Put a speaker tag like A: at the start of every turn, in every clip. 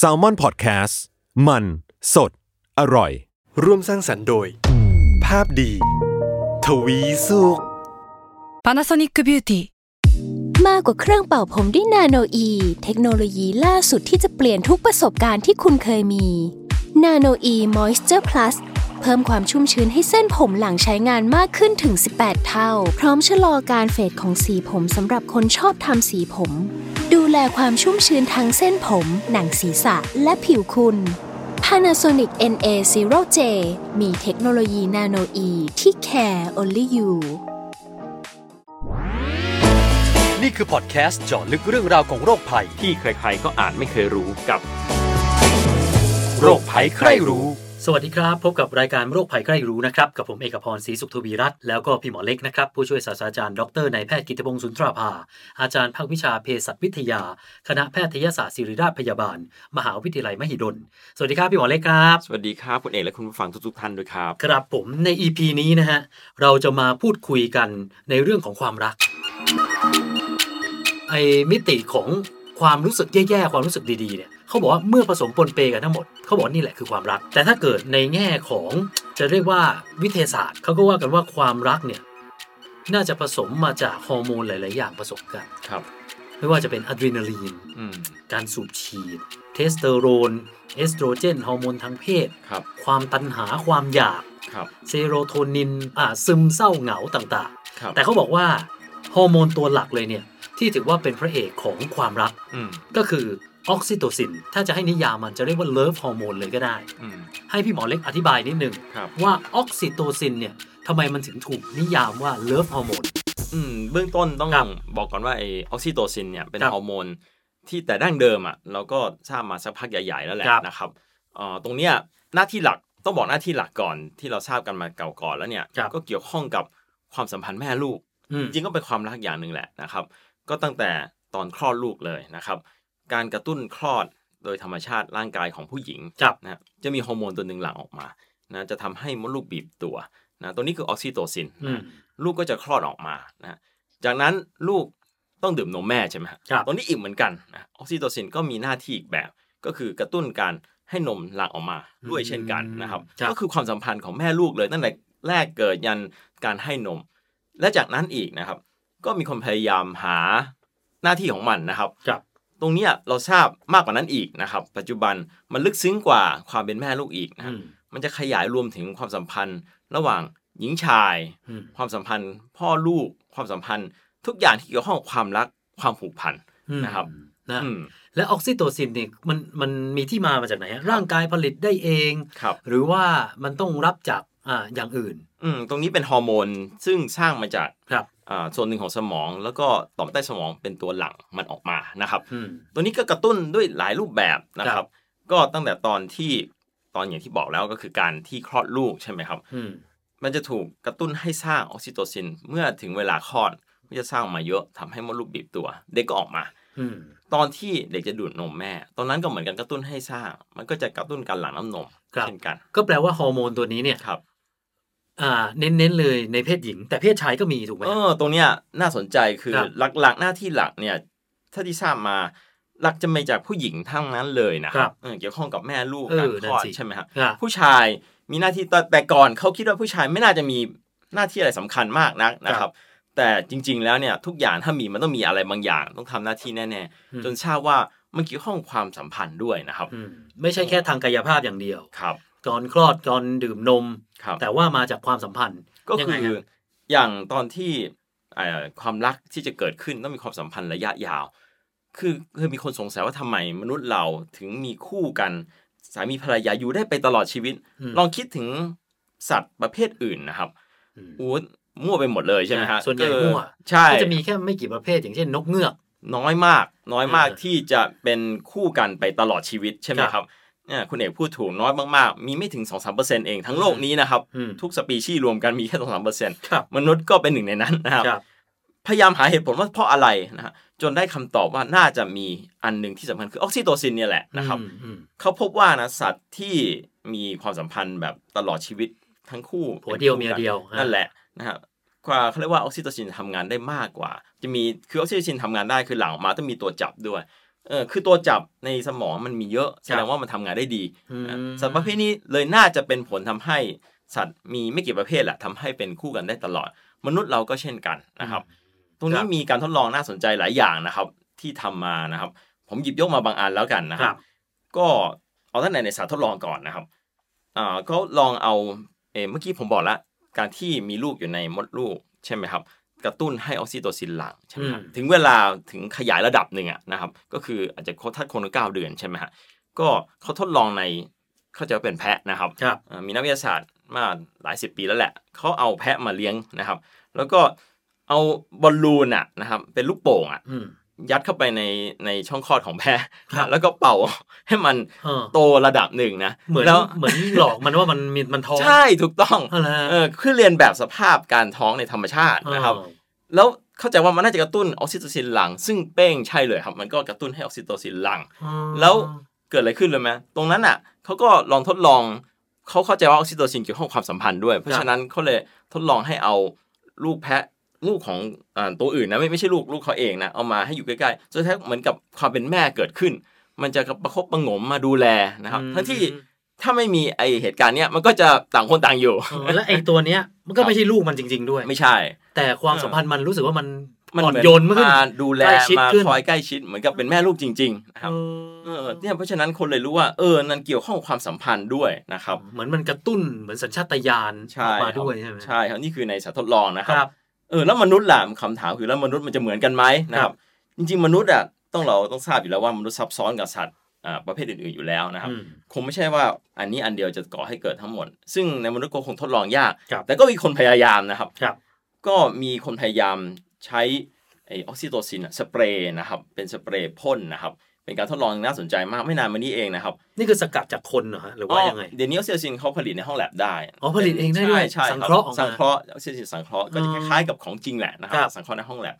A: s a l ม o n PODCAST มันสดอร่อย
B: ร่วมสร้างสรรค์โดย ภาพดี ทวีสุข
C: Panasonic Beauty
D: มากกว่าเครื่องเป่าผมด้วยนาโนอี เทคโนโลยีล่าสุดที่จะเปลี่ยนทุกประสบการณ์ที่คุณเคยมีนาโนอีมอยส์เจอร์พลัสเพิ่มความชุ่มชื้นให้เส้นผมหลังใช้งานมากขึ้นถึง 18 เท่า พร้อมชะลอการเฟดของสีผมสำหรับคนชอบทำสีผม ดูแลความชุ่มชื้นทั้งเส้นผม หนังศีรษะและผิวคุณ Panasonic NA0J มีเทคโนโลยีนาโนอีที่ care only you
E: นี่คือพอดแคสต์เจาะลึกเรื่องราวของโรคภัย
F: ที่ใครๆก็อ่านไม่เคยรู้กับ
E: โรคภัยใครรู้
G: สวัสดีครับ พบกับรายการโรคภัยใกล้รู้นะครับ กับผมเอกพรศรีสุขทวีรัตน์แล้วก็พี่หมอเล็กนะครับ ผู้ช่วยศาสตราจารย์ดรนายแพทย์กิตติพงศ์สุนทราภา อาจารย์ภาควิชาเภสัชวิทยา คณะแพทยศาสตร์ศิริราชพยาบาล มหาวิทยาลัยมหิดล สวัสดีครับพี่หมอเล็กครับ
F: สวัสดีครับ คุณเอกและคุณผู้ฟังทุกๆท่านด้วยครับ
G: ครับผมใน EP นี้นะฮะ เราจะมาพูดคุยกันในเรื่องของความรัก ไอมิติของความรู้สึกแย่ๆ ความรู้สึกดีๆเนี่ยเขาบอกว่าเมื่อผสมปนเปกันทั้งหมดเขาบอกว่านี่แหละคือความรัก แต่ถ้าเกิดในแง่ของจะเรียกว่าวิทยาศาสตร์เขาก็ว่ากันว่าความรักเนี่ยน่าจะผสมมาจากฮอร์โมนหลาย ๆ อย่างผสมกัน
F: ครับ
G: ไม่ว่าจะเป็นอะดรีนาลีน
F: อืม
G: การสูบฉีด เทสโทสเตอโรน เอสโตรเจน ฮอร์โมนทางเพศ
F: ครับ
G: ความตันหาความอยาก
F: ครับ
G: เซโรโทนินอ่าซึมเศร้าเหงาต่าง
F: ครับ
G: ๆ แต่เขาบอกว่าฮอร์โมนตัวหลักเลยเนี่ย ที่ถือว่าเป็นพระเอกของความรัก
F: อืม
G: ก็คือออกซิโตซิน ถ้าจะให้นิยามมันจะเรียกว่าเลิฟฮอร์โมนเลยก็ได้
F: อืม
G: ให้พี่หมอเล็กอธิบายนิดนึง
F: ครับ
G: ว่าออกซิโตซินเนี่ยทำไมมันถึงถูกนิยามว่าเลิฟฮอร์โมน
F: อืม เบื้องต้นต้อง
G: ครับ
F: บอกก่อนว่าไอออกซิโตซินเนี่ยเป็น
G: ครับ
F: ฮอร์โมนที่แต่ดั้งเดิมอ่ะเราก็ทราบมาสักพักใหญ่ๆแล้วแหละ
G: ครับ
F: นะครับเอ่อตรงเนี้ยหน้าที่หลักต้องบอกหน้าที่หลักก่อนที่เราทราบกันมาเก่าก่อนแล้วเนี่ย ก็เกี่ยวข้องกับความสัมพันธ์แม่ลูก
G: อืม
F: จริงๆก็เป็นความรักอย่างหนึ่งแหละนะครับ ก็ตั้งแต่ตอนคลอดลูกเลยนะครับ การกระตุ้นคลอดโดยธรรมชาติร่างกายของผู้หญิง
G: ครับ
F: นะจะมีฮอร์โมนตัวหนึ่งหลั่งออกมานะจะทำให้มดลูกบีบตัวนะตัวนี้คือออกซิโตซิน
G: อืม
F: นะลูกก็จะคลอดออกมานะจากนั้นลูกต้องดื่มนมแม่ใช่ไหมฮะ
G: ครับ
F: ตัวนี้อีกเหมือนกันนะออกซิโตซินก็มีหน้าที่อีกแบบก็คือกระตุ้นการให้นมหลั่งออกมาด้วยเช่นกันนะครับ
G: ครับ
F: ก็คือความสัมพันธ์ของแม่ลูกเลยตั้งแต่แรกเกิดยันการให้นม และจากนั้นอีกนะครับ ก็มีคนพยายามหาหน้าที่ของมันนะครับ
G: ครับ
F: ตรงเนี้ยเราทราบมากกว่านั้นอีกนะครับ ปัจจุบันมันลึกซึ้งกว่าความเป็นแม่ลูกอีกนะค
G: อื
F: รับ
G: ม
F: มันจะขยายรวมถึงความสัมพันธ์ ระหว่างหญิงชาย
G: อืม
F: ความสัมพันธ์ พ่อลูก ความสัมพันธ์ ทุกอย่างที่เกี่ยวข้องกับความรักความผูกพัน นะครับ
G: นะ
F: อืม
G: และออกซิโตซินเนี่ยมันมันมีที่มามาจากไหนฮะร่างกายผลิตได้เอง
F: ครับ
G: หรือว่ามันต้องรับจากอ่าอย่างอื่น
F: อืมตรงนี้เป็นฮอร์โมนซึ่งสร้างมาจาก
G: ครับ
F: อ่าส่วนหนึ่งของสมอง แล้วก็ต่อมใต้สมองเป็นตัวหลั่งมันออกมานะครับ
G: อืม
F: ตัวนี้ก็กระตุ้นด้วยหลายรูปแบบนะ
G: ค
F: ค
G: รั
F: รับ
G: บ
F: ก็ตั้งแต่ตอนที่ตอนอย่างที่บอกแล้วก็คือการที่คลอดลูกใช่ไหมครับ
G: อืม
F: มันจะถูกกระตุ้นให้สร้างออกซิโตซิน เมื่อถึงเวลาคลอดก็จะสร้างออกมาเยอะทำให้มดลูกบีบตัว เด็กก็ออกมา
G: อืม
F: ตอนที่เด็กจะดูดนมแม่ ตอนนั้นก็เหมือนกันกระตุ้นให้สร้าง มันก็จะกระตุ้นการหลั่งน้ำนม
G: ครับ
F: เช่นกัน
G: ก็แปลว่าฮอร์โมนตัวนี้เนี่ย
F: ครับ
G: อ่าเน้นๆเลยในเพศหญิง แต่เพศชายก็มีถูกไหม
F: เออตรงเนี้ยน่าสนใจคือ
G: ครับ
F: หลักๆหน้าที่หลักเนี่ยถ้าที่ทราบมาหลักจะมาจากผู้หญิงทั้งนั้นเลยนะครับเออเกี่ยวข้องกับแม่ลูก
G: เอ
F: การ
G: อ
F: ค
G: นั่น
F: ลอด
G: สิ
F: ใช่ไหมฮะ
G: อ่ะ
F: ผู้ชายมีหน้าที่แต่แต่ก่อนเขาคิดว่าผู้ชายไม่น่าจะมีหน้าที่อะไรสำคัญมากนักนะครับ แต่จริง ๆ แล้วเนี่ยทุกอย่างถ้ามีมันต้องมีอะไรบางอย่าง ต้องทำหน้าที่แน่ๆจนทราบว่ามันเกี่ยวข้องความสัมพันธ์ด้วยนะครับ
G: อืมไม่ใช่แค่ทางกายภาพอย่างเดียว
F: ครับ
G: ตอนคลอดตอนดื่มนม
F: ครับ
G: แต่ว่ามาจากความสัมพันธ์
F: ก็
G: ยัง
F: คื
G: ไง
F: อ
G: ฮะ
F: อย่างตอนที่เอ่อความรักที่จะเกิดขึ้นต้องมีความสัมพันธ์ระยะยาว คือเคยมีคนสงสัยว่าทำไมมนุษย์เราถึงมีคู่กันสามีภรรยาอยู่ได้ไปตลอดชีวิต
G: อืม
F: ลองคิดถึงสัตว์ประเภทอื่นนะครับ
G: อืม
F: อู้มั่วไปหมดเลยใช่ไหมฮะ
G: ส่วนใหญ่
F: เออ
G: มั่ว
F: ใช่
G: ก็จะมีแค่ไม่กี่ประเภทอย่างเช่น นกเงือก
F: น้อยมาก น้อยมาก
G: เออ
F: ที่จะเป็นคู่กันไปตลอดชีวิตใช่ไหม
G: ครับ
F: ครับเนี่ยคุณเอกพูดถูกน้อยมากๆ มีไม่ถึง 2-3%เองทั้งโลกนี้นะครับ
G: อืม
F: ทุกสปีชีส์รวมกันมีแค่ 2-3%
G: ครับ
F: มนุษย์ก็เป็นหนึ่งในนั้นนะครับ
G: ครับ
F: พยายามหาเหตุผลว่าเพราะอะไรนะฮะจนได้คำตอบว่าน่าจะมีอันหนึ่งที่สำคัญคือออกซิโตซินเนี่ยแหละนะครับ
G: อืมอืม
F: เขาพบว่านะสัตว์ที่มีความสัมพันธ์แบบตลอดชีวิตทั้งคู่
G: ผัวเดียวเมียเดียวฮะ
F: นั่นแหละนะครับกว่าเขาเรียกว่าออกซิโตซินทำงานได้มากกว่า จะมีคือออกซิโตซินทำงานได้คือหลังออกมาต้องมีตัวจับด้วย เออคือตัวจับในสมองมันมีเยอะแสด
G: ครั
F: ง
G: บ
F: ว่ามันทำงานได้ดี
G: อืม
F: สัตว์ประเภทนี้เลยน่าจะเป็นผลทำให้สัตว์มีไม่กี่ประเภทแหละทำให้เป็นคู่กันได้ตลอด มนุษย์เราก็เช่นกันนะครับ ตร
G: ค
F: งนี้
G: รับ
F: มีการทดลองน่าสนใจหลายอย่างนะครับ ที่ทำมานะครับ ผมหยิบยกมาบางอันแล้วกันนะครั
G: ครับ บ
F: ก็เอาตั้งแต่ในสาทดลองก่อนนะครับอ่าก็ลองเอาเออเมื่อกี้ผมบอกละการที่มีลูกอยู่ในมดลูกใช่ไหมครับ กระตุ้นให้ออกซิโตซินหลั่งใช่ไหมครับ
G: อืม
F: ถึงเวลาถึงขยายระดับหนึ่งอะนะครับ ก็คืออาจจะเขาทัดคนละเก้าเดือนใช่ไหมฮะก็เขาทดลองในเขาใจะเป็นแพะนะครับ
G: ครับ
F: เอ่อมีนักวิทยาศาสตร์มาหลายสิบปีแล้วแหละ เขาเอาแพะมาเลี้ยงนะครับ แล้วก็เอาบอลลูนอ่ะนะครับ เป็นลูกโป่งอ่ะ
G: อืม
F: ยัดเข้าไปในในช่องคลอดของแพะ
G: ครับ
F: แล้วก็เป่า ให้มัน
G: เออ
F: โตระดับหนึ่งนะ
G: เหมือน
F: แล้ว
G: เหมือนหลอกมันว่ามันมีมันท้อง
F: ใช่ถูกต้อง
G: เอาล่ะ
F: เออคือเรียนแบบสภาพการท้องในธรรมชาตินะครับ
G: เออ
F: แล้วเข้าใจว่ามันน่าจะกระตุ้นออกซิโตซินหลัง ซึ่งเป้งใช่เลยครับ มันก็กระตุ้นให้ออกซิโตซินหลัง แล้ว เกิดอะไรขึ้นเลยไหมตรงนั้นอ่ะเขาก็ลองทดลองเขาเข้าใจว่าออกซิโตซินเกี่ยวข้องความสัมพันธ์ด้วย เพ
G: ค
F: ราะ
G: รับ
F: ฉะนั้นเขาเลยทดลองให้เอาลูกแพะลูกของอาตัวอื่นนะไม่ไม่ใช่ลูกลูกเขาเองนะเอามาให้อยู่ใกล้ๆจนแท้ายเหมือนกับความเป็นแม่เกิดขึ้น มันจะประคบประหงมมาดูแลนะครับทั้งที่ถ้าไม่มีไอเหตุการณ์เนี้ยมันก็จะต่างคนต่าง อยู่
G: เออแล้วไอ้ตัวเนี้ยมันก็ไม่ใช่ลูกมันจริง ๆ ด้วย
F: ไม่ใช่
G: แต่ความ
F: เออ
G: สัมพันธ์มันรู้สึกว่ามัน
F: มั
G: อ่อน
F: เห
G: โยนมากขึ้น
F: มาดูแล
G: ใกล้ชิด
F: มา
G: ขึ้น
F: คอยใกล้ชิดเหมือนกับเป็นแม่ลูกจริงๆนะครับ
G: เอ
F: เออ
G: อ
F: เนี่ยเพราะฉะนั้นคนเลยรู้ว่าเออนั่นเกี่ยวข้องกับความสัมพันธ์ด้วยนะครับ
G: เหมือนมันกระตุ้นเหมือนสัญชาตญาณอ
F: ใช่
G: อกมา
F: ครับ
G: ด้วยใช่ไหม
F: ใช่ครับนี่คือในสัตว์ทดลองนะค
G: ค
F: รั
G: รับ บ
F: เออแล้วมนุษย์ล่ะคำถามคือแล้วมนุษย์มันจะเหมือนกันไหมนะค
G: ครั
F: รับ
G: บ
F: จริง ๆ มนุษย์อ่ะต้องเราต้องทราบอยู่แล้วว่ามนุษย์ซับซ้อนกับสัตว์อ่าประเภทอื่นๆอยู่แล้วนะครับ
G: อืม
F: คงไม่ใช่ว่าอันนี้อันเดียวจะก่อให้เกิดทั้งหมด ซึ่งในมนุษย์ก็คงทดลองยาก
G: ครับ
F: แต่ก็มีคนพยายามนะครับ
G: ครับ
F: ก็มีคนพยายามใช้ไอออกซิโตซินอะสเปรย์นะครับเป็นสเปรย์พ่นนะครับเป็นการทดลองน่าสนใจมากไม่นานมานี้เองนะครับ
G: นี่คือสกัดจากคนเหรอฮะหรือว่ายังไง
F: เดี๋ยวนี้ออกซิโตซินเขาผลิตในห้องแลบได้
G: อ๋อผลิตเองได้ด้วย
F: ใช่ใช่
G: สังเคราะห์ออกมา
F: สังเคราะห์ออกซิโตซินสังเคราะห์ก็จะคล้ายๆกับของจริงแหละนะค
G: ครั
F: รับ บสังเคราะห์ในห้องแลบ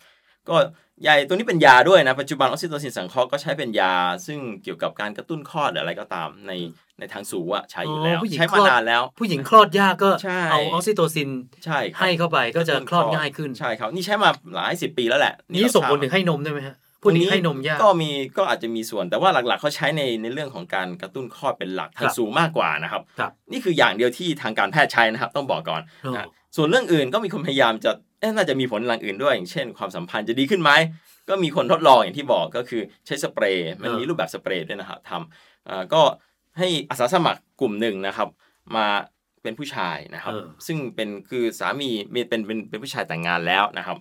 F: ก็ใหญ่ตัวนี้เป็นยาด้วยนะปัจจุบันออกซิโตซินสังเคราะห์ก็ใช้เป็นยา ซึ่งเกี่ยวกับการกระตุ้นคลอดหรืออะไรก็ตามในในทางสูงอะใช้อยู่แล้ว
G: อ๋อผู้หญิง
F: ใช้มา
G: คลอด
F: นานแล้ว
G: ผู้หญิงคลอดยากก็
F: ใช่
G: เอาออกซิโตซิน
F: ใช่ครับ
G: ให้เข้าไปก็จะคลอดง่ายขึ้น
F: ใช่ครับนี่ใช้มาหลายสิบปีแล้วแหละ
G: นี่
F: เรา
G: ส่งผล
F: ทราบ
G: ถึงให้นมด้วยไหมฮะผู้นี้ให้นมยาก
F: ก็มีก็อาจจะมีส่วนแต่ว่าหลักๆเขาใช้ในในเรื่องของการกระตุ้นคลอดเป็นหลัก
G: ค
F: ทาง
G: รับ
F: สูงมากกว่านะครับ
G: ครับ
F: นี่คืออย่างเดียวที่ทางการแพทย์ใช้นะครับต้องบอกก่อน
G: อ๋อ
F: นะส่วนเรื่องอื่นก็มีคนพยายามจะเอ๊ะน่าจะมีผลหลังอื่นด้วย อย่างเช่น ความสัมพันธ์จะดีขึ้นไหมก็มีคนทดลองอย่างที่บอกก็คือใช้สเปรย์มันมีรูปแบบสเปรย์ด้วยนะครับทำเอ่อก็ให้อาสาสมัครกลุ่มหนึ่งนะครับ มาเป็นผู้ชายนะครับ
G: เออ
F: ซึ่งเป็นคือสามีมีเป็นเป็นเป็นผู้ชายแต่งงานแล้วนะครับ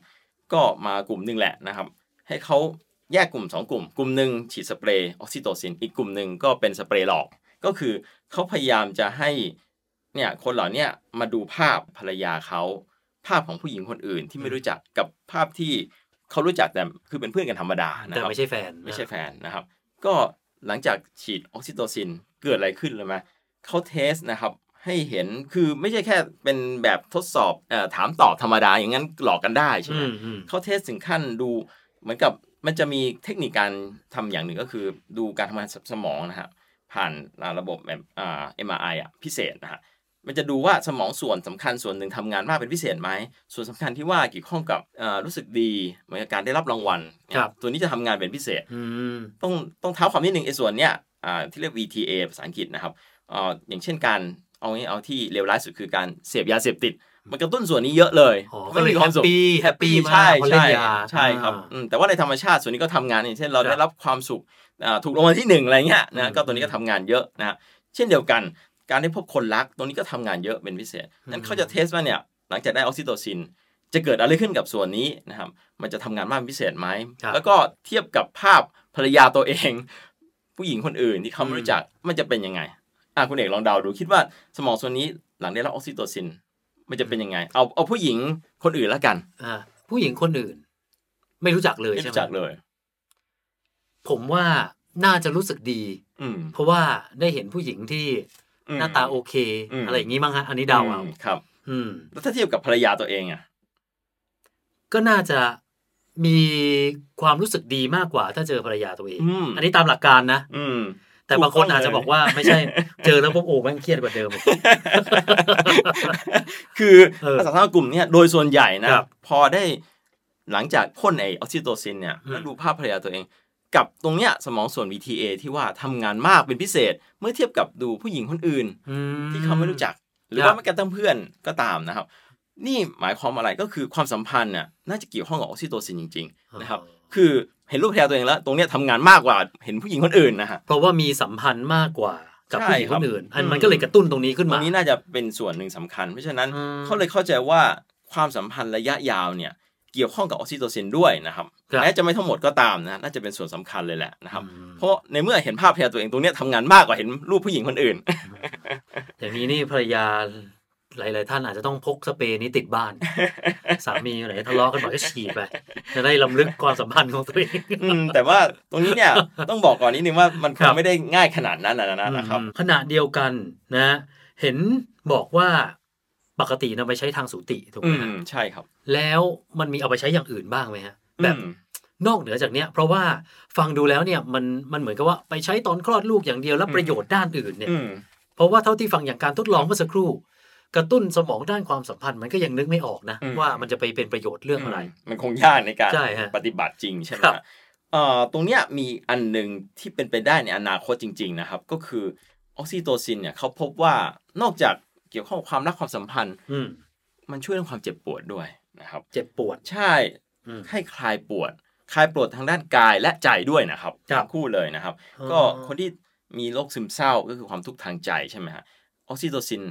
F: ก็มากลุ่มหนึ่งแหละนะครับ ให้เขาแยกกลุ่ม 2 กลุ่ม กลุ่มหนึ่งฉีดสเปรย์ออกซิโตซิน อีกกลุ่มหนึ่งก็เป็นสเปรย์หลอก ก็คือเขาพยายามจะให้เนี่ยคนเหล่าเนี้มาดูภาพภรรยาเขา ภาพของผู้หญิงคนอื่นที่ไม่รู้จักกับภาพที่เขารู้จักแต่คือเป็นเพื่อนกันธรรมดานะ
G: แต่
F: ครับ
G: ไม่ใช่แฟน
F: ไม่ใช่แฟนนะครับ ก็หลังจากฉีดออกซิโตซินเกิดอะไรขึ้นเลยไหมเขาเทสนะครับ ให้เห็นคือไม่ใช่แค่เป็นแบบทดสอบเออถามตอบธรรมดาอย่างนั้นหลอกกันได้ใช่ไห
G: อื
F: ม
G: มอืม
F: เขาเทสถึงขั้นดูเหมือนกับมันจะมีเทคนิคการทำอย่างหนึ่งก็คือดูการทำงานสมองนะฮะผ่านระบบแบบอ่า MRI อ่ะพิเศษนะฮะมันจะดูว่าสมองส่วนสำคัญส่วนหนึ่งทำงานมากเป็นพิเศษไหมส่วนสำคัญที่ว่าเกี่ยวข้องกับเอ่อรู้สึกดีเหมือนกับการได้รับรางวัล
G: ครับ
F: ตัวนี้จะทำงานเป็นพิเศษ
G: อืม
F: ต้องต้องเท้าความนิดหนึ่งไอ้ส่วนเนี้ยอ่าที่เรียก VTA ภาษาอังกฤษนะครับเอ่ออย่างเช่นการเอางี้เอาที่เลวร้ายสุดคือการเสพยาเสพติด มันกระตุ้นส่วนนี้เยอะเลย
G: อ๋อ
F: มันมีความสุข
G: ก็เลย happy happy มากพ
F: ใช่
G: อเล่น
F: ใช่
G: ยา
F: ใช่ครับ
G: อ่า
F: อืมแต่ว่าในธรรมชาติส่วนนี้ก็ทำงานอย่างเช่นเรา
G: ครับ
F: ได้รับความสุขอ่าถูกรางวัลที่หนึ่งอะไรเงี้ย
G: อื
F: นะ
G: ม
F: ก็ตัวนี้ก็ทำงานเยอะนะเช่นเดียวกัน การได้พบคนรักตัวนี้ก็ทำงานเยอะเป็นพิเศษ
G: อื
F: นั้น
G: ม
F: เขาจะเทสว่าเนี่ยหลังจากได้ออกซิโตซิน จะเกิดอะไรขึ้นกับส่วนนี้นะครับ มันจะทำงานมากเป็นพิเศษไหม
G: ครับ
F: แล้วก็เทียบกับภาพภรรยาตัวเอง ผู้หญิงคนอื่นที่เขา
G: อื
F: ไม่
G: ม
F: รู้จัก มันจะเป็นยังไง อ่ะคุณเอกลองเดาดูคิดว่าสมองส่วนนี้หลังได้รับออกซิโตซิน มันจะเป็นยังไง เอาเอาผู้หญิงคนอื่นละกัน
G: อ่าผู้หญิงคนอื่น ไม่รู้จักเลย
F: ไม่
G: ใช่ไห
F: รู้จัก
G: ม
F: เลย
G: ผมว่าน่าจะรู้สึกดี
F: อืม
G: เพราะว่าได้เห็นผู้หญิงที่
F: อืม
G: หน้าตาโอเค
F: อืม
G: อะไรอย่างนี้มั้งฮะอันนี้เดาเอา
F: อืมครับ
G: อืม
F: แล้วถ้าเทียบกับภรรยาตัวเองอ่ะ
G: ก็น่าจะมีความรู้สึกดีมากกว่า ถ้าเจอภรรยาตัวเอง
F: อืม
G: นนี้ตามหลักการนะ
F: อืม
G: แต่บางคน
F: ถูกต้องเลย
G: อาจจะบอกว่าไม่ใช่ เจอแล้วปุ๊บโอ้แม่งเครียดกว่าเดิม
F: คือ
G: เออ
F: อาสาสมัครกลุ่มเนี่ยโดยส่วนใหญ่นะครับ พอได้หลังจากพ่นไอออกซิโตซินเนี่ย
G: อืม
F: แล้วดูภาพภรรยาตัวเอง กับตรงเนี้ยสมองส่วน VTA ที่ว่าทำงานมากเป็นพิเศษเมื่อเทียบกับดูผู้หญิงคนอื่น
G: อื
F: ที่เขาไม่รู้จัก หรือ
G: ครับ
F: ว่าไม่กระทั่งเพื่อนก็ตามนะครับ นี่หมายความอะไรก็คือความสัมพันธ์น่ะน่าจะเกี่ยวข้องกับออกซิโตซินจริงๆนะครับคือเห็นรูปแพรตัวเองแล้ว ตรงเนี้ยทำงานมากกว่าเห็นผู้หญิงคนอื่นนะฮะ
G: เพราะว่ามีสัมพันธ์มากกว่ากับ
F: ใช่
G: ผู้หญิง
F: ค
G: ครับ นอื่น อัน
F: อืม
G: มันก็เลยกระตุ้นตรงนี้ขึ้น
F: ตร
G: มา
F: งนี้น่าจะเป็นส่วนหนึ่งสำคัญ เพราะฉะนั้น
G: อืม
F: เขาเลยเข้าใจว่าความสัมพันธ์ระยะยาวเนี่ยเกี่ยวข้องกับออกซิโตซินด้วยนะครับ
G: ครับ
F: แม้จะไม่ทั้งหมดก็ตามนะน่าจะเป็นส่วนสำคัญเลยแหละนะครับ
G: อืม
F: เพราะในเมื่อเห็นภาพแพรตัวเองตรงเนี้ยทำงานมากกว่าเห็นรูปผู้หญิงคน อื่น
G: อย่างนี้นี่ภรรยาหลาย ๆ ท่านอาจจะต้องพกสเปรย์นี้ติด บ้าน สามีไหนทะเลาะกันบ่อยก็ฉีดไปจะได้ลำลึกความสัมพันธ์ของตัวเอง
F: อืมแต่ว่าตรงนี้เนี่ย ต้องบอกก่อนนิดนึงว่ามันค
G: ครั
F: ง
G: บ
F: ไม่ได้ง่ายขนาดนั้นนะนะนะครับ
G: อืมขณะเดียวกันนะ เห็นบอกว่าปกตินำไปใช้ทางสูติถูก
F: อื
G: ไหมฮะ
F: มใช่ครับ
G: แล้วมันมีเอาไปใช้อย่างอื่นบ้างไหมฮะแบบ
F: อืม
G: นอกเหนือจากเนี้ยเพราะว่าฟังดูแล้วเนี่ยมันมันเหมือนกับว่าไปใช้ตอนคลอดลูกอย่างเดียวแล้วประโยชน์ด้านอื่นเนี่ย
F: อืม
G: เพราะว่าเท่าที่ฟังอย่างการทดลองเมื่อสักครู่ กระตุ้นสมองด้านความสัมพันธ์มันก็ยังนึกไม่ออกนะ ว่ามันจะไปเป็นประโยชน์เรื่องอะไร
F: มันคงยากในการ
G: ใช่ฮะ
F: ปฏิบัติจริงใช่ไหม
G: ครับ
F: ฮะเอ่อตรงเนี้ยมีอันหนึ่งที่เป็นไปได้ในอนาคตจริง ๆ นะครับ ก็คือออกซิโตซินเนี่ยเขาพบว่านอกจากเกี่ยวข้องกับความรักความสัมพันธ์
G: อืม
F: มันช่วยเรื่องความเจ็บปวดด้วยนะครับ
G: เจ็บปวด
F: ใช่
G: อืม
F: ให้คลายปวด คลายปวดทางด้านกายและใจด้วยนะครับ
G: ครับ
F: ทั้งคู่เลยนะครับ
G: อ๋อ
F: ก็คนที่มีโรคซึมเศร้าก็คือความทุกข์ทางใจใช่ไหมฮะออกซิโตซิน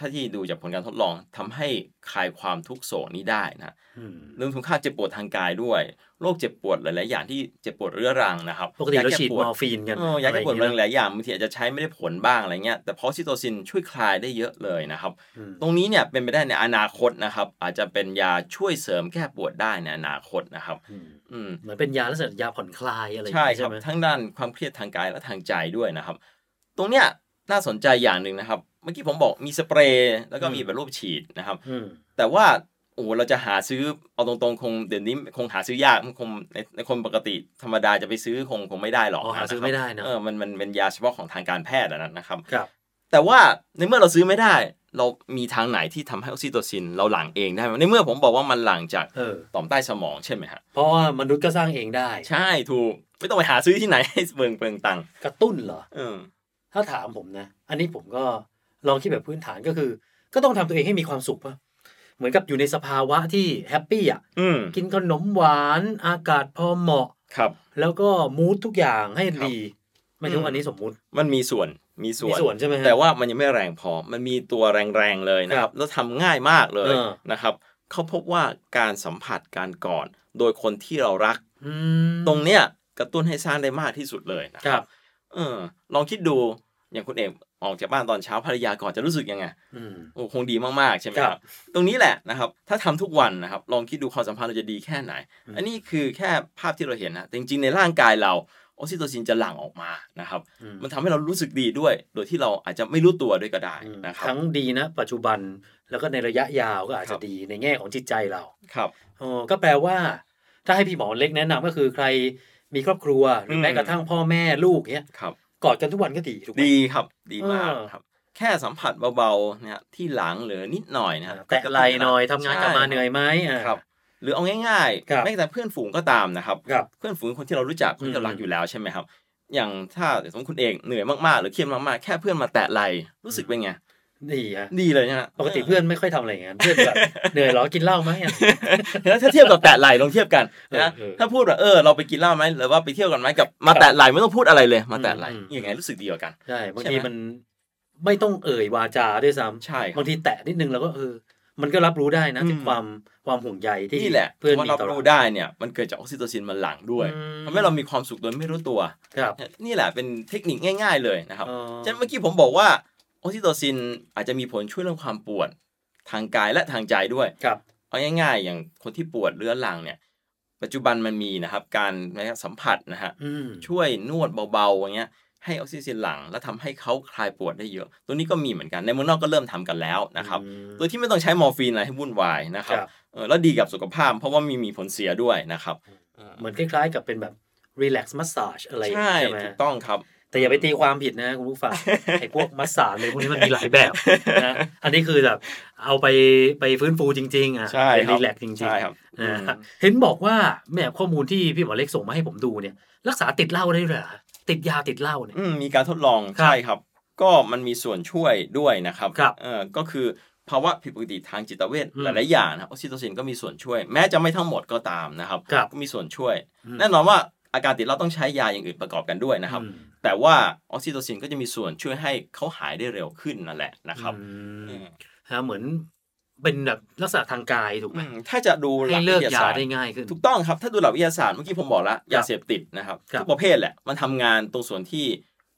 F: ถ้าที่ดูจากผลการทดลองทำให้คลายความทุกข์โศกนี้ได้นะ
G: อืม
F: เรื่องทุกข์ค่าเจ็บปวดทางกายด้วยโรคเจ็บปวดหลายๆอย่างที่เจ็บปวดเรื้อรังนะครับ
G: ปกติเราฉีด
F: ย
G: ม
F: แปว
G: อร์ฟีนกัน
F: เออยาแก้ปวด
G: อะ
F: เรื้
G: ไร
F: อ
G: อ
F: รั
G: ย่าง
F: ง
G: เงี้ย
F: หลายอย่างบางทีอาจจะใช้ไม่ได้ผลบ้างอะไรเงี้ยแต่พอออกซิโตซินช่วยคลายได้เยอะเลยนะครับ
G: อืม
F: ตรงนี้เนี่ยเป็นไปได้ในอนาคตนะครับ อาจจะเป็นยาช่วยเสริมแก้ปวดได้ในอนาคตนะครับ
G: อืม
F: อืม
G: เหมือนเป็นยาลักษณะยาผ่อนคลายอะไรอย่าง
F: ใช่
G: เงี้ย
F: ค
G: ใช่
F: รับ
G: ไหม
F: ทั้งด้านความเครียดทางกายและทางใจด้วยนะครับ ตรงเนี้ยน่าสนใจอย่างหนึ่งนะครับ เมื่อกี้ผมบอกมีสเปรย์แล้วก็มีแบบรูปฉีดนะครับ
G: อืม
F: แต่ว่าโอ้โหเราจะหาซื้อเอาตรงๆคงเดี๋ยวนี้คงหาซื้อยากมันคงในในคนปกติธรรมดาจะไปซื้อคงคงไม่ได้หรอก
G: อ๋อหาซื้อไม่ได้นะ
F: เออมันมันเป็นยาเฉพาะของทางการแพทย์อะนะนะครับ
G: ครับ
F: แต่ว่าในเมื่อเราซื้อไม่ได้ เรามีทางไหนที่ทำให้ออกซิโตซินเราหลั่งเองได้ไหมในเมื่อผมบอกว่ามันหลั่งจาก
G: เออ
F: ต่อมใต้สมองใช่ไหมฮะ
G: เพราะว่ามนุษย์ก็สร้างเองได้
F: ใช่ถูกไม่ต้องไปหาซื้อที่ไหน ให้เปลืองเปลืองตังค์
G: กระตุ้นเหรอ
F: เออ
G: ถ้าถามผมนะ อันนี้ผมก็ลองคิดแบบพื้นฐานก็คือ ก็ต้องทำตัวเองให้มีความสุขป่ะเหมือนกับอยู่ในสภาวะที่แฮปปี้อ่ะ
F: อืม
G: กินขนมหวาน อากาศพอเหมาะ
F: ครับ
G: แล้วก็มูดทุกอย่างให้
F: ครับ
G: ดี ไม่รู้
F: อืม
G: อันนี้สมมุติ
F: มันมีส่วนมีส่
G: มีส่วนใช่ไหมฮะ
F: แต่ว่ามันยังไม่แรงพอมันมีตัวแรงๆเลยนะค
G: ครั
F: รับบ แล้วทำง่ายมากเลย
G: เออ
F: นะครับเขาพบว่าการสัมผัสการกอดโดยคนที่เรารัก
G: อืม
F: ตรงเนี้ยกระตุ้นให้สร้างได้มากที่สุดเลยนะ
G: ครับ
F: เออลองคิดดูอย่างคุณเอกออกจากบ้านตอนเช้าภรรยาก่อนจะรู้สึกยังไง
G: อืม
F: โอ้คงดีมากๆใช่ไหมค
G: ครั
F: รั
G: บบ
F: ตรงนี้แหละนะครับ ถ้าทำทุกวันนะครับ ลองคิดดูความสัมพันธ์เราจะดีแค่ไหน
G: อืม
F: อันนี้คือแค่ภาพที่เราเห็นนะแต่จริงๆในร่างกายเราออกซิโตซินจะหลั่งออกมานะครับ
G: อืม
F: มันทำให้เรารู้สึกดีด้วย โดยที่เราอาจจะไม่รู้ตัวด้วยก็ได้
G: อืม
F: นะครับ
G: ทั้งดีนะ ปัจจุบันแล้วก็ในระยะยาวก็อาจ
F: ครั
G: จะ
F: บ
G: ดีในแง่ของจิตใจเรา
F: ครับ
G: เออก็แปลว่า ถ้าให้พี่หมอเล็กแนะนำก็คือใครมีครอบครัวหรืออ
F: ม
G: แม้กระทั่งพ่อแม่ลูกเนี้ย
F: ครับ
G: กอดกันทุกวันก็ดีถูกไหม
F: ดีครับดีมาก
G: เออ
F: ครับ แค่สัมผัสเบาๆนะฮะที่หลังหรือนิดหน่อยนะฮะ
G: แตะไหลหน่อยทำงานกลับมา
F: ใช่
G: เหนื่อยไหมอ่ะ
F: ครับหรือเอาง่าย
G: ครับ
F: ๆแม้แต่เพื่อนฝูงก็ตามนะครับ
G: ครับ
F: เพื่อนฝูงคนที่เรารู้จักคนที่เรารั
G: อืม
F: กอยู่แล้วใช่ไหมครับ อย่างถ้าสมมติคุณเองเหนื่อยมากๆ หรือเครียดมากๆ แค่เพื่อนมาแตะไหลรู้สึกเป็นไง
G: ดีอ่ะ
F: ดีเลยนะฮะ
G: ปกติเพื่อนไม่ค่อยทำอะไรอย่างนั้นเพื่อนแบบ เหนื่อยเหรอกินเหล้าไหมอ่ะ
F: แล้ว ถ้าเทียบกับแตะไหลลองเทียบกันนะ
G: เออเออ
F: ถ้าพูดว่าเออเราไปกินเหล้าไหมหรือว่าไปเที่ยวกันไหมกับมาแตะไหลไม่ต้องพูดอะไรเลยมาแตะไหล
G: อืมอืม
F: ยังไงรู้สึกดีกว่ากัน
G: ใช่บาง
F: ใช่
G: ที
F: ไหม
G: มันไม่ต้องเอ่ยวาจาด้วยซ้ำ
F: ใช่ครับ
G: างทีแตะนิดนึงเราก็เออ มันก็รับรู้ได้นะถึงความความห่วงใยที่
F: นี่แหละ
G: เพื่อน
F: เพราะ
G: มี
F: รับ
G: ต่อเรา
F: รู้ได้เนี่ยมันเกิดจากออกซิโตซินมันหลั่งด้วย
G: อืม
F: ทำให้เรามีความสุขโดยไม่รู้ตัว
G: ครับ
F: นี่แหละเป็นเทคนิคง่าย ๆ เลยนะครับ
G: เอ่อ
F: ฉะนั้นเมื่อกี้ผมบอกว่าออกซิโตซินอาจจะมีผลช่วยเรื่องความปวดทางกายและทางใจด้วย
G: ครับ
F: เอาง่าย ๆ อย่างคนที่ปวดเรื้อรังเนี่ยปัจจุบันมันมีนะครับ การนะครับสัมผัสนะฮะ
G: อืม
F: ช่วยนวดเบาๆอย่างเงี้ยให้ออกซิโตซินหลัง และทำให้เขาคลายปวดได้เยอะ ตัวนี้ก็มีเหมือนกันในเมืองนอกก็เริ่มทำกันแล้วนะครับ
G: อืม
F: โดยที่ไม่ต้องใช้มอร์ฟีนอะไรให้วุ่นวายนะค
G: ครับ รับ
F: เออแล้วดีกับสุขภาพ เพราะว่ามีมีผลเสียด้วยนะครับ
G: เหมือนคล้ายๆกับเป็นแบบ relax massage อะไรอย่าง
F: ใช่
G: นี้ใช่ไหม
F: ถูกต้องครับ
G: แต่อย่าไปตีความผิดนะคุณผู้ ฟัง ไอ้พวกมัสสาเลยพวกนี้มันมีหลายแบบนะอันนี้คือแบบเอาไปไปฟื้นฟูจริงๆอ่ะ
F: ใช่
G: ไป
F: ครั
G: รี
F: บ
G: แลกซ์จริง
F: ใช่ครับ
G: ๆนะฮะเห็นบอกว่าแหม่ข้อมูลที่พี่หมอเล็กส่งมาให้ผมดูเนี่ย รักษาติดเหล้าได้ด้วยเหรอติดยาติดเหล้าเนี่ย
F: อืมมีการทดลอง
G: ครับ
F: ใช่ครับ ก็มันมีส่วนช่วยด้วยนะครับ
G: ครับ
F: เออก็คือภาวะผิดปกติทางจิตเวช
G: อืม
F: หลายๆอย่างนะออกซิโทซินก็มีส่วนช่วย แม้จะไม่ทั้งหมดก็ตามนะครับ
G: ครับ
F: ก็มีส่วนช่วย
G: อืม
F: แน่นอนว่าอาการติดเหล้าต้องใช้ยาอย่างอื่นประกอบกันด้วยนะครับ
G: อืม
F: แต่ว่าออกซิโทซินก็จะมีส่วนช่วยให้เขาหายได้เร็วขึ้นนั่นแหละนะครับ
G: อืม
F: อืม
G: ฮะเหมือนเป็นแบบลักษณะทางกายถูกไหม
F: อืมถ้าจะดูหลั
G: ให้
F: ก
G: เลิ
F: วิทยาย
G: กา
F: ศาสตร์
G: ได้ง่ายขึ้น
F: ถูกต้องครับถ้าดูหลักวิทยาศาสตร์เมื่อกี้ผมบอกแล้วยาเสพติดนะครับ
G: ครับ
F: ทุกประเภทแหละมันทำงานตรงส่วนที่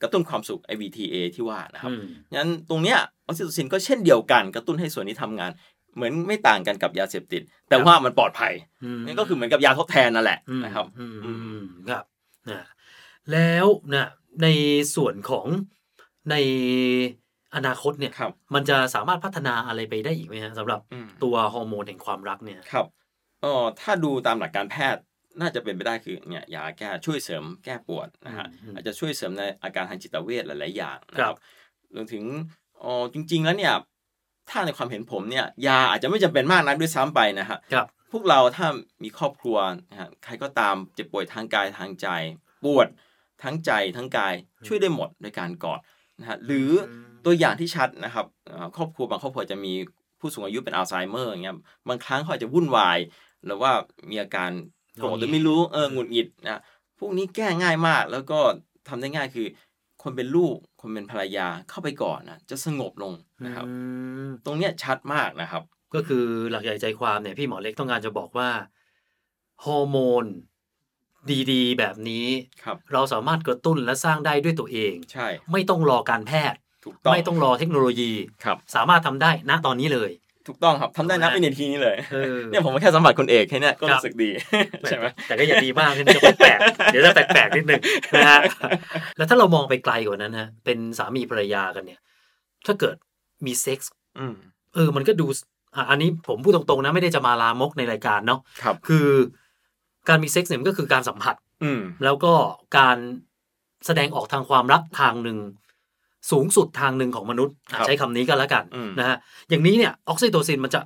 F: กระตุ้นความสุข IVTA ที่ว่านะครับ
G: อืม
F: งั้นตรงเนี้ยออกซิโทซินก็เช่นเดียวกันกระตุ้นให้ส่วนนี้ทำงาน เหมือนไม่ต่างกันกับยาเสพติด แต่
G: ครับ
F: ว่ามันปลอดภัย
G: อืม
F: นั่นก็คือเหมือนกับยาทดแทนนั่นแหละนะครับ
G: อืม
F: อื
G: อื
F: ม
G: มครับนะแล้วนะในส่วนของในอนาคตเนี่ย
F: ครับ
G: มันจะสามารถพัฒนาอะไรไปได้อีกไหมฮะสำหรับ
F: อืม
G: ตัวฮอร์โมนแห่งความรักเนี่ย
F: ครับเอ่อถ้าดูตามหลักการแพทย์น่าจะเป็นไปได้คือเนี่ยยาแก้ช่วยเสริมแก้ปวดนะฮะ
G: อืม
F: อาจจะช่วยเสริมในอาการทางจิตเวชหลาย ๆ อย่างนะ
G: ค
F: ค
G: รั
F: รับ บรวมถึงเอ๋อจริง ๆ แล้วเนี่ยถ้าในความเห็นผมเนี่ยยาอาจจะไม่จำเป็นมากนักด้วยซ้ำไปนะฮะ
G: ครับ
F: พวกเราถ้ามีครอบครัวนะฮะใครก็ตามเจ็บป่วยทางกายทางใจ ปวดทั้งใจทั้งกายช่วยได้หมดโดยการกอดนะฮะหรือตัวอย่างที่ชัดนะครับเอ่อครอบครัวบางครอบครัวจะมีผู้สูงอายุเป็นอัลไซเมอร์อย่างเงี้ยบางครั้งเขาอาจจะวุ่นวายหรือว่ามีอาการโกรธหรือไม่รู้เออหงุดหงิดนะพวกนี้แก้ง่ายมากแล้วก็ทำได้ง่ายคือ คนเป็นลูกคนเป็นภรรยาเข้าไปก่อนนะจะสงบลงนะครับ
G: อืม
F: ตรงเนี้ยชัดมากนะครับ
G: ก็คือหลักใหญ่ใจความเนี่ยพี่หมอเล็กต้องการจะบอกว่าฮอร์โมนดีๆ แบบนี้
F: ครับ
G: เราสามารถกระตุ้นและสร้างได้ด้วยตัวเอง
F: ใช่
G: ไม่ต้องรอการแพทย์
F: ถูกต้อง
G: ไม่ต้องรอเทคโนโลยี
F: ครับ
G: สามารถทำได้ณตอนนี้เลย
F: ถูกต้องครับทำได้นะ
G: ถูกไหม
F: วินาทีนี้เลย
G: เออ
F: เนี่ยผมแค่สัมผัสคนเอกแค่เนี้ยก็
G: ครับ
F: รู้สึกดี ใช่ไหม
G: แต่ก็อย่าดีมากนะเดี๋ยวจะแปลกๆเดี๋ยวจะแปลกๆนิดนึงนะฮะแล้วถ้าเรามองไปไกลกว่านั้นฮะเป็นสามีภรรยากันเนี่ย ถ้าเกิดมีเซ็กส์
F: อืม
G: เออมันก็ดูอ่ะอันนี้ผมพูดตรงๆนะไม่ได้จะมาลามกในรายการเนาะ
F: ครับ
G: คือการมีเซ็กส์เนี่ยมันก็คือการสัมผัส
F: อืม
G: แล้วก็การแสดงออกทางความรักทางหนึ่ง สูงสุดทางหนึ่งของมนุษย์อ่ะใช้คำนี้ก็แล้วกันนะฮะอย่างนี้เนี่ยออกซิโตซินมันจะ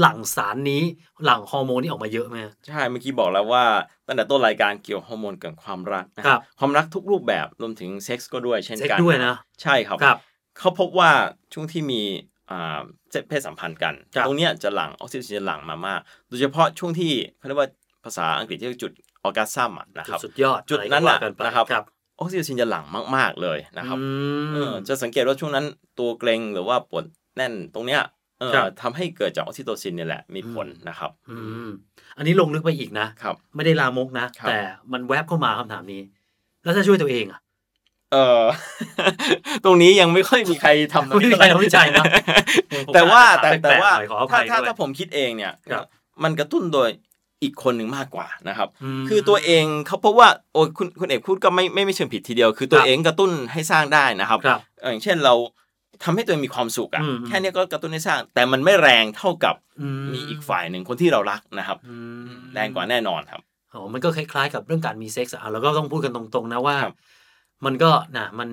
G: หลั่งสารนี้หลั่งฮอร์โมนนี้ออกมาเยอะไหมฮะ
F: ใช่เมื่อกี้บอกแล้วว่าตั้งแต่ต้นรายการเกี่ยวฮอร์โมนกับความรักนะครับ ความรักทุกรูปแบบรวมถึงเซ็กส์ก็ด้วยเช่น
G: เซ็ก
F: กัน
G: ซ์ด้วยนะ
F: ใช่ครับ
G: ครับ
F: เขาพบว่าช่วงที่มีอ่าเพศสัมพันธ์กัน
G: ครับ
F: ตรงเนี้ยจะหลังออกซิโทซินจะหลังมามาก โดยเฉพาะช่วงที่เขาเรียกว่าภาษาอังกฤษที่เรียกจุดออร์กาซัมอะนะ
G: จุด
F: ครับ
G: สุดยอด
F: จุด
G: อะไรก็
F: นั้นน่ะ
G: ว่ากัไป
F: นะครับ
G: ครับ
F: ออกซิโทซินจะหลังมากๆเลยนะครับ
G: อืม
F: เออจะสังเกตว่าช่วงนั้นตัวเกรงหรือว่าปวดแน่นตรงเนี้ยเออ
G: ครับ
F: ทำให้เกิดจากออกซิโตซินเนี่ยแหละมีผล
G: อืม
F: นะครับ
G: อืมอันนี้ลงลึกไปอีกนะ
F: ครับ
G: ไม่ได้ลามกนะ
F: ครับ
G: แต่มันแวบเข้ามาคำถามนี้ แล้วถ้าช่วยตัวเองอ่ะ
F: เออ ตรงนี้ยังไม่ค่อยมีใครทำ
G: ไม่มีใครทำวิจัยนะ
F: แต่ว่า
G: ผม
F: แต่
G: อ่าน
F: แต่ว่า
G: แปลกๆหน่อยขออภั
F: ถ้าย ถ้า
G: ด้วย
F: ถ้าผมคิดเองเนี่ย
G: ครับ
F: มันกระตุ้นโดยอีกคนหนึ่งมากกว่านะครับ
G: ม
F: คือตัวเองเขาพบว่าโอ้ยคุณคุณเอกพูดก็ไม่ไม่ไม่เชิงผิดทีเดียว คือตัว
G: ครับ
F: เองกระตุ้นให้สร้างได้นะครับ
G: ครับ
F: เอออย่างเช่นเราทำให้ตัวเองมีความสุขอะ
G: อืม
F: แค่เนี้ยก็กระตุ้นให้สร้าง แต่มันไม่แรงเท่ากับ
G: อื
F: มีอีกฝ่ายหนึ่งคนที่เรารักนะครับ
G: อืม
F: แรงกว่าแน่นอนครับ
G: อ๋อมันก็คล้ายๆกับเรื่องการมีเซ็กส์อ่ะเราก็ต้องพูดกันตรงๆนะว่า
F: ครับ
G: มันก็นะมัน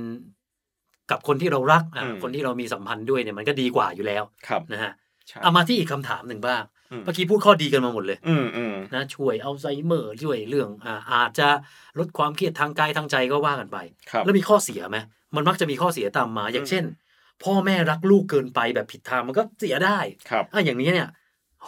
G: กับคนที่เรารักอ่ะ
F: อืม
G: คนที่เรามีสัมพันธ์ด้วยเนี่ยมันก็ดีกว่าอยู่แล้ว
F: ครับ
G: นะฮะ
F: ใช่
G: เอามาที่อีกคำถามหนึ่งบ้าง
F: อืม
G: เมื่อกี้พูดข้อดีกันมาหมดเลย
F: อืมอืม
G: นะช่วยอัลไซเมอร์ช่วยเรื่องอ่าอาจจะลดความเครียดทางกายทางใจก็ว่ากันไป
F: ครับ
G: แล้วมีข้อเสียไหมมันมักจะมีข้อเสียตามมา อย่าง
F: อืม
G: เช่น พ่อแม่รักลูกเกินไปแบบผิดทางมันก็เสียได้
F: ครับ
G: อ่ะอย่างนี้เนี่ย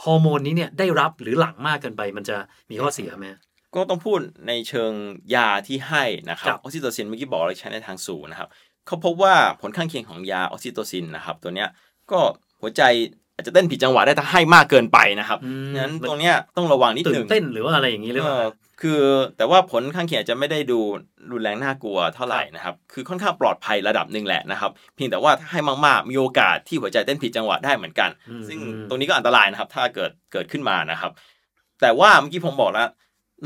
G: ฮอร์โมนนี้เนี่ยได้รับหรือหลังมากเกินไป มันจะมีข้อเสียไหม
F: ก็ต้องพูดในเชิงยาที่ให้นะครั
G: ครับ บ
F: ออกซิโตซินเมื่อกี้บอกเลยใช้ในทางสูงนะครับเขาพบว่าผลข้างเคียงของยาออกซิโตซินนะครับ ตัวเนี้ยก็หัวใจอาจจะเต้นผิดจังหวะได้ถ้าให้มากเกินไปนะครับ
G: อืม
F: งั้น
G: มั
F: ตรงเนี้ยต้องระวังนิด
G: ตื่
F: หนึ่
G: น
F: ง
G: เต้นหรือว่าอะไรอย่างนี้หรือเป
F: เอ
G: ล่า
F: อคือแต่ว่าผลข้างเคียงอาจจะไม่ได้ดูรุนแรงน่ากลัวเท่าไหร่นะครับ คือค่อนข้างปลอดภัยระดับหนึ่งแหละนะครับ เพียงแต่ว่าถ้าให้มากๆมีโอกาสที่หัวใจเต้นผิดจังหวะได้เหมือนกัน
G: อืม
F: ซึ่งตรงนี้ก็อันตรายนะครับ ถ้าเกิดเกิดขึ้นมานะครับ แต่ว่าเมื่อกี้ผมบอกแล้ว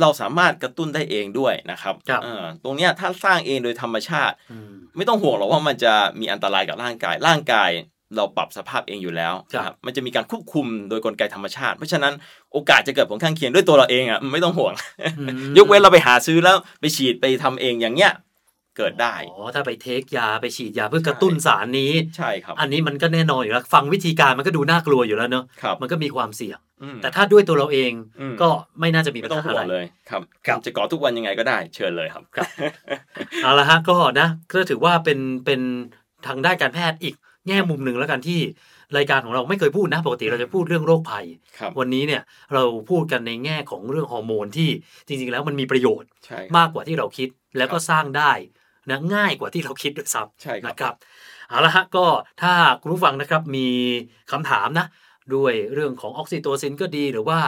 F: เราสามารถกระตุ้นได้เองด้วยนะครับ
G: ครับ
F: เออตรงเนี้ยถ้าสร้างเองโดยธรรมชาติ
G: อืม
F: ไม่ต้องห่วงหรอกว่ามันจะมีอันตรายกับร่างกาย ร่างกายเราปรับสภาพเองอยู่แล้ว
G: ครับ
F: นะมันจะมีการควบคุมโดยกลไกธรรมชาติ เพราะฉะนั้นโอกาสจะเกิดผลข้างเคียงด้วยตัวเราเองอ่ะไม่ต้องห่วง ยกเว้นเราไปหาซื้อแล้วไปฉีดไปทำเองอย่างเงี้ย เกิดได้
G: อ๋อถ้าไปเทคยาไปฉีดยาเพื่อกระตุ้นสารนี้
F: ใช่ครับ
G: อันนี้มันก็แน่นอนอยู่แล้วฟังวิธีการมันก็ดูน่ากลัวอยู่แล้วเนอะ
F: ครับ
G: มันก็มีความเสี่ยง
F: อืม
G: แต่ถ้าด้วยตัวเราเอง
F: อืม
G: ก็ไม่น่าจะมีปั
F: ไม่
G: ญ
F: ต้อง
G: หา
F: ห่
G: อะไร
F: ว
G: ง
F: เลยครับ
G: ครับ
F: จะก่อทุกวันยังไงก็ได้เชิญเลยครับ
G: ครับ เอาละฮะก็นะก็ถือว่าเป็นเป็นทางด้านการแพทย์อีกแง่มุมหนึ่งแล้วกันที่รายการของเราไม่เคยพูดนะปกติเราจะพูดเรื่องโรคภัย
F: ครับ
G: วันนี้เนี่ยเราพูดกันในแง่ของเรื่องฮอร์โมนที่จริงๆแล้วมันมีประโยชน์
F: ใช่ครับ
G: มากกว่าที่เราคิดแล้วก็สร้างได้นะง่ายกว่าที่เราคิดด้วยซ้
F: ใช่ค
G: ำ
F: รับ
G: นะครับเอาละฮะก็ถ้าคุณผู้ฟังนะครับมีคำถามนะ ด้วยเรื่องของออกซิโตซินก็ดีหรือว่า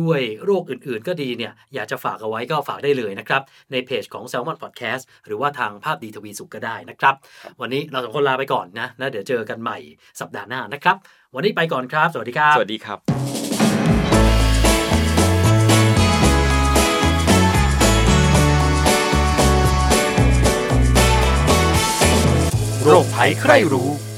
G: ด้วยโรคอื่นๆก็ดีเนี่ยอยากจะฝากเอาไว้ก็ฝากได้เลยนะครับ ในเพจของ Salmon Podcast หรือว่าทางภาพดีทวีสุขก็ได้นะครับ วันนี้เราสองคนลาไปก่อนนะนะเดี๋ยวเจอกันใหม่สัปดาห์หน้านะครับ วันนี้ไปก่อนครับ สวัสดีครับ
F: สวัสดีครับ
B: โรคภัยใครรู้